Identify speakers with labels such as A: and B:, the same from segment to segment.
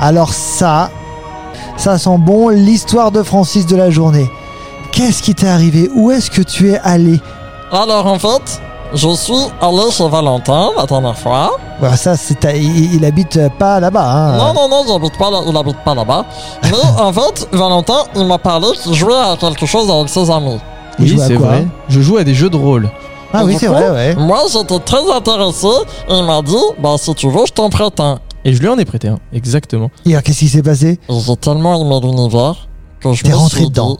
A: Alors ça, ça sent bon l'histoire de Francis de la journée. Qu'est-ce qui t'est arrivé Où est-ce que tu es allé
B: Alors en fait, je suis allé chez Valentin la dernière fois.
A: Voilà, Bah, Ça, c'est à- il, il habite pas là-bas. hein.
B: Non, non, non, j'habite pas là- il habite pas là-bas. Mais en fait, Valentin, il m'a parlé qu'il jouait à quelque chose avec ses amis.
A: Il
C: Oui,
A: joue à
C: c'est
A: quoi
C: vrai. Je joue à des jeux de rôle.
A: Ah oui, c'est vrai, ouais.
B: Moi, j'étais très intéressé et il m'a dit, bah si tu veux, je t'en prête un.
C: Et je lui en ai prêté un, exactement.
A: Et alors, qu'est-ce qui s'est passé
B: Et J'ai tellement aimé l'univers que je
A: T'es
B: me
A: rentré
B: suis
A: dedans.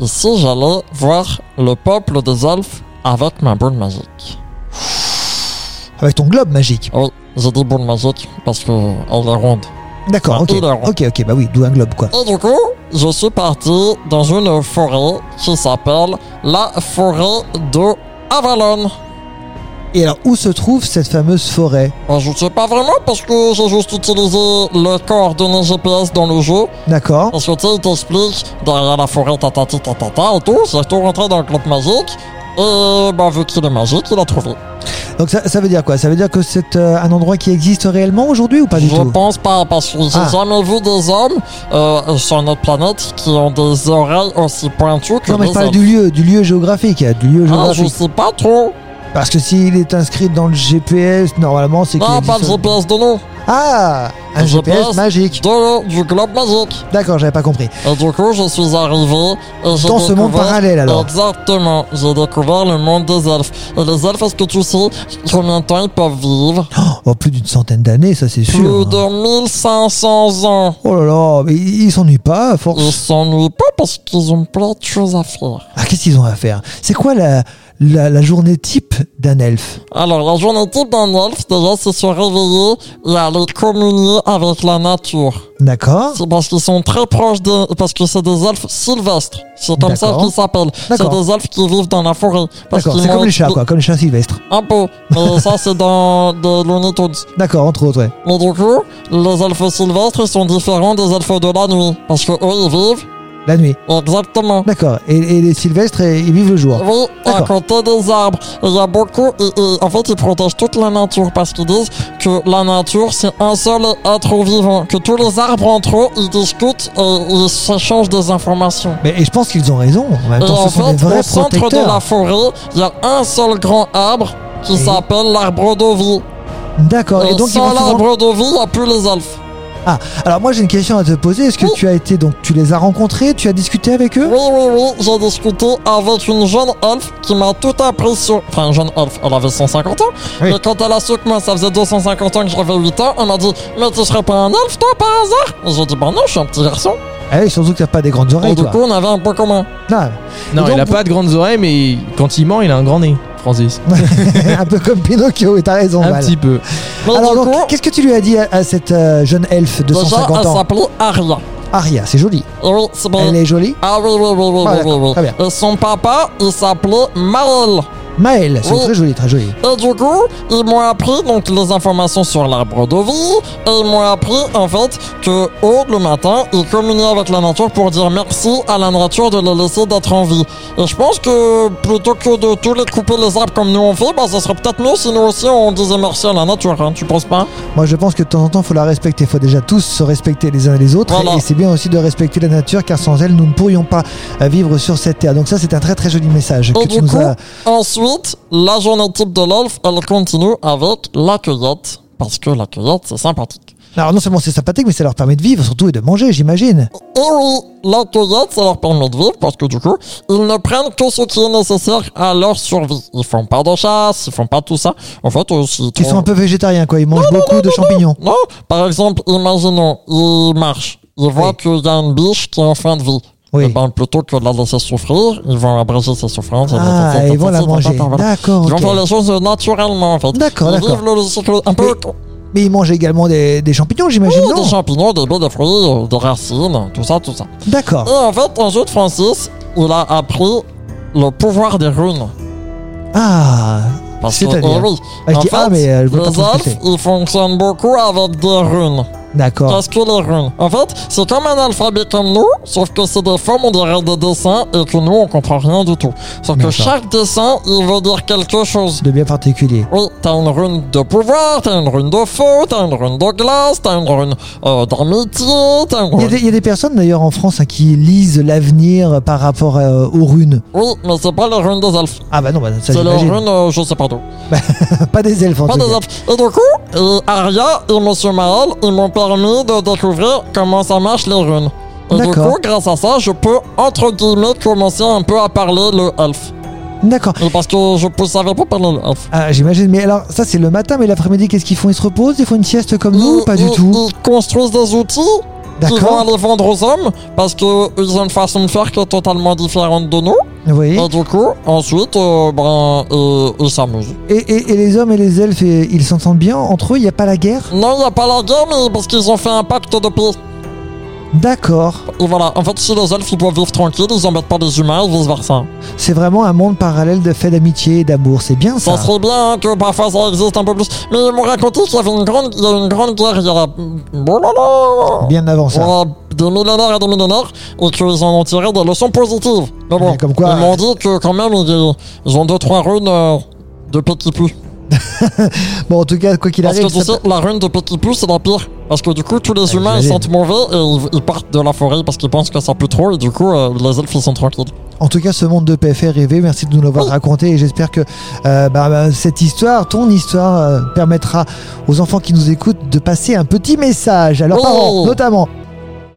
B: dit, ici j'allais voir le peuple des elfes avec ma boule magique.
A: Avec ton globe magique.
B: Oui, j'ai dit boule magique parce que elle est ronde.
A: D'accord,
B: Ah,
A: ok.
B: tout d'un rond.
A: Ok, ok, bah oui, d'où un globe, quoi.
B: Et du coup, je suis parti dans une forêt qui s'appelle la forêt de Avalon.
A: Et alors, où se trouve cette fameuse forêt
B: Euh, Je ne sais pas vraiment parce que j'ai juste utilisé le coordonnées GPS dans le jeu.
A: D'accord.
B: Parce que tu sais, il t'explique derrière la forêt, tatati tatata et tout. J'ai tout rentré dans le club magique. Et bah, vu qu'il est magique, il a trouvé.
A: Donc ça, ça veut dire quoi Ça veut dire que c'est euh, un endroit qui existe réellement aujourd'hui ou pas du
B: je
A: tout
B: pense pas, parce que j'ai
A: Ah.
B: jamais vu des hommes euh, sur notre planète qui ont des oreilles aussi pointues que
A: Non mais je
B: les
A: parle
B: hommes.
A: du lieu, du lieu géographique, euh, du lieu
B: Ah, je
A: géographique.
B: sais pas trop.
A: Parce que s'il est inscrit dans le GPS, normalement c'est qu'il
B: Non, pas
A: existe-
B: le GPS de nous.
A: Ah, un
B: Le
A: GPS,
B: GPS.
A: magique.
B: De, du globe magique.
A: D'accord, j'avais pas compris.
B: Et du coup, je suis arrivé. Et j'ai
A: Dans ce monde
B: découvert-
A: parallèle alors.
B: Exactement. J'ai découvert le monde des elfes. Et les elfes, est-ce que tu sais combien de temps ils peuvent vivre
A: Oh, plus d'une centaine d'années, ça c'est sûr. hein.
B: Plus de 1500 ans.
A: Oh là là, mais ils ils s'ennuient pas à
B: Ils
A: force.
B: s'ennuient pas parce qu'ils ont plein de choses à faire.
A: Ah, qu'est-ce qu'ils ont à faire C'est quoi la, la, la journée type d'un elfe
B: Alors, la journée type d'un elfe, déjà, c'est se réveiller et aller communier avec la nature.
A: D'accord
B: C'est parce qu'ils sont très proches de... Parce que c'est des elfes sylvestres. C'est comme ça
A: D'accord.
B: qu'ils s'appellent. C'est
A: D'accord.
B: des elfes qui vivent dans la forêt. Parce
A: D'accord,
B: qu'ils
A: c'est comme
B: mangent
A: les chats quoi, comme les chats sylvestres.
B: Un peu. Mais ça, c'est dans de Looney Tunes.
A: D'accord, entre autres, ouais.
B: Mais du coup, les elfes sylvestres ils sont différents des elfes de la nuit. Parce que eux, ils vivent
A: La nuit.
B: exactement.
A: D'accord. Et, et les sylvestres, eh, ils vivent le jour.
B: Oui, à
A: D'accord.
B: côté des arbres. Il y a beaucoup. et- et en fait, ils protègent toute la nature parce qu'ils disent que la nature, c'est un seul être vivant. Que tous les arbres entre eux, ils discutent et ils s'échangent des informations.
A: Mais et je pense qu'ils ont raison. En même
B: Et
A: temps,
B: en
A: ce sont des
B: fait, au
A: vrais
B: centre de la
A: protecteurs.
B: forêt, il y a un seul grand arbre qui
A: Et-
B: s'appelle l'arbre de vie.
A: D'accord. Et
B: Et
A: donc ils
B: sans
A: vont souvent-
B: l'arbre de vie, il n'y a plus les elfes.
A: Ah, alors moi j'ai une question à te poser. Est-ce que
B: Oui.
C: Oh.
A: tu as été donc tu les as rencontrés, tu as discuté avec eux
B: Oui, oui, oui, j'ai discuté avec une jeune elfe qui m'a tout appris sur. Enfin, une jeune elfe, elle avait 150 ans.
A: Oui.
B: Et quand elle a su que moi, ça faisait 250 ans que j'avais 8 ans, elle m'a dit Mais tu serais pas un elfe, toi, par hasard Et j'ai dit Bah non, je suis un petit garçon.
A: Eh oui, surtout que t'as pas des grandes
B: Et
A: oreilles,
B: du
A: toi.
B: coup, on avait un point commun.
A: Non,
C: Non,
A: Et donc,
C: il a
A: pour-
C: pas de grandes oreilles, mais quand il ment, il a un grand nez, Francis.
A: un peu comme Pinocchio. Et t'as raison.
C: un
A: Val.
C: petit peu.
B: Mais
A: bah, Alors
B: du
A: donc,
B: coup,
A: qu'est-ce que tu lui as dit à, à cette euh, jeune elfe de
B: déjà,
A: 150
B: elle
A: ans
B: s'appelait Aria.
A: Aria, c'est joli.
B: Et oui, c'est bon.
A: Elle est jolie.
B: Ah oui, oui, oui, oui,
A: Ah,
B: oui,
A: d'accord,
B: oui,
A: très bien.
B: oui. Et son papa, il s'appelait Maël.
A: Maëlle, c'est
C: Oh.
B: Oui.
A: très joli, très joli.
B: Et du coup, ils m'ont appris donc les informations sur l'arbre de vie. Et ils m'ont appris en fait que oh, le matin, ils communiaient avec la nature pour dire merci à la nature de les laisser d'être en vie. Et je pense que plutôt que de tous les couper les arbres comme nous on fait, bah ça serait peut-être mieux si nous aussi on disait merci à la nature. Hein, tu penses pas
A: Moi, je pense que de temps en temps, faut la respecter. faut déjà tous se respecter les uns les autres.
B: Voilà.
A: Et c'est bien aussi de respecter la nature, car sans elle, nous ne pourrions pas euh, vivre sur cette terre. Donc ça, c'est un très très joli message que
B: Et
A: tu
B: du
A: nous
B: coup,
A: as.
B: ensuite, la journée type de l'elfe, elle continue avec la cueillette. Parce que la cueillette, c'est sympathique.
A: Alors non seulement c'est sympathique, mais ça leur permet de vivre, surtout et de manger, j'imagine.
B: Et Eh oui, la cueillette, ça leur permet de vivre parce que du coup, ils ne prennent que ce qui est nécessaire à leur survie. Ils font pas de chasse, ils font pas tout ça. En fait, euh, s'ils
A: Ils sont
B: trouvent-
A: un peu végétariens, quoi. Ils mangent beaucoup de champignons.
B: Non, par exemple, imaginons, ils marchent. Ils voient
A: Oui.
B: qu'il y a une biche qui est en fin de vie.
A: Oui.
B: Eh ben, plutôt que de la laisser souffrir, ils vont abréger ses souffrances.
A: Ah,
B: et
A: ils vont la
B: voilà,
A: manger.
B: voilà.
A: D'accord,
B: Ils vont
A: ok.
B: faire les choses naturellement, en fait.
A: D'accord,
B: Ils
A: d'accord.
B: vivent le cycle un peu...
A: Mais ils mangent également des, des champignons, j'imagine,
B: Oui, Oh, des
A: non
B: champignons, des baies, des fruits, euh, des racines, tout ça, tout ça. Et
A: D'accord.
B: en fait, en jeu de Francis, il a appris le pouvoir des runes.
A: Ah,
B: Parce que,
A: C'est-à-dire
B: eh oui,
A: Ah, je
B: en
A: dis
B: fait,
A: ah, mais, euh, je vois pas
B: les
A: trop ce que
B: elfes,
A: c'est. Ah.
B: ils fonctionnent beaucoup avec des runes.
A: D'accord.
B: Qu'est-ce que les runes En fait, c'est comme un alphabet comme nous, sauf que c'est des formes, on dirait des dessins, et que nous, on comprend rien du tout. Sauf que
A: D'accord.
B: chaque dessin, il veut dire quelque chose.
A: De bien particulier.
B: Oui, t'as une rune de pouvoir, t'as une rune de feu, t'as une rune de glace, t'as une rune euh, d'amitié, t'as une
A: Il y, a
B: rune...
A: des, il y a des personnes d'ailleurs en France hein, qui lisent l'avenir par rapport euh, aux runes.
B: Oui, mais c'est pas les runes des elfes.
A: Ah bah non, bah, ça
B: C'est les
A: j'imagine.
B: runes, euh, je sais pas d'où.
A: Pas des elfes en
B: Pas
A: tout
B: des
A: cas.
B: elfes. Et du coup, et Aria et Monsieur Maël, ils m'ont permis de découvrir comment ça marche les runes. Et du
A: D'accord.
B: coup, grâce à ça, je peux, entre guillemets, commencer un peu à parler le elfe.
A: D'accord.
B: Et parce que je ne savais pas parler le elfe.
A: Ah, j'imagine. Mais alors, ça c'est le matin, mais l'après-midi, qu'est-ce qu'ils font Ils se reposent Ils font une sieste comme nous ou
B: Ils-
A: Pas du
B: ils-
A: tout.
B: Ils construisent des outils qui vont
A: D'accord.
B: aller vendre aux hommes parce qu'ils ont une façon de faire qui est totalement différente de nous.
A: Oui.
B: Et du coup, ensuite, euh, ben, ils ils s'amusent.
A: Et, et- et les hommes et les elfes, et- ils s'entendent bien entre eux Il n'y a pas la guerre
B: Non, il n'y a pas la guerre, mais parce qu'ils ont fait un pacte de paix.
A: D'accord.
B: Et voilà, en fait, si les elfes ils peuvent vivre tranquilles, ils embêtent pas les humains et vice versa.
A: C'est vraiment un monde parallèle de fait d'amitié et d'amour. C'est bien
B: Ça
A: ça.
B: serait bien hein, que parfois ça existe un peu plus. Mais ils m'ont raconté qu'il y avait une grande, il y a eu une grande guerre il y a. Oh là là
A: Bien avant ça.
B: Ouais, des millénaires et des millénaires, et qu'ils en ont tiré des leçons positives. Mais bon,
A: Mais comme quoi, euh,
B: ils m'ont dit que quand même, ils, ils ont deux, trois runes euh, de Pékipu.
A: Bon, en tout cas, quoi qu'il
B: Parce que
A: arrive,
B: tu
A: ça-
B: sais, la rune de Pékipu, c'est la pire. Parce que du coup, tous les
A: Ah,
B: humains, ils
A: j'imagine.
B: sentent mauvais et ils, ils partent de la forêt parce qu'ils pensent que ça pue trop, et du coup, euh, les elfes, ils sont tranquilles.
A: en tout cas, ce monde de paix fait rêver. Merci de nous l'avoir
B: Oui.
A: raconté et j'espère que euh, bah, bah, cette histoire, ton histoire, euh, permettra aux enfants qui nous écoutent de passer un petit message à leurs
B: Oui.
A: parents, notamment.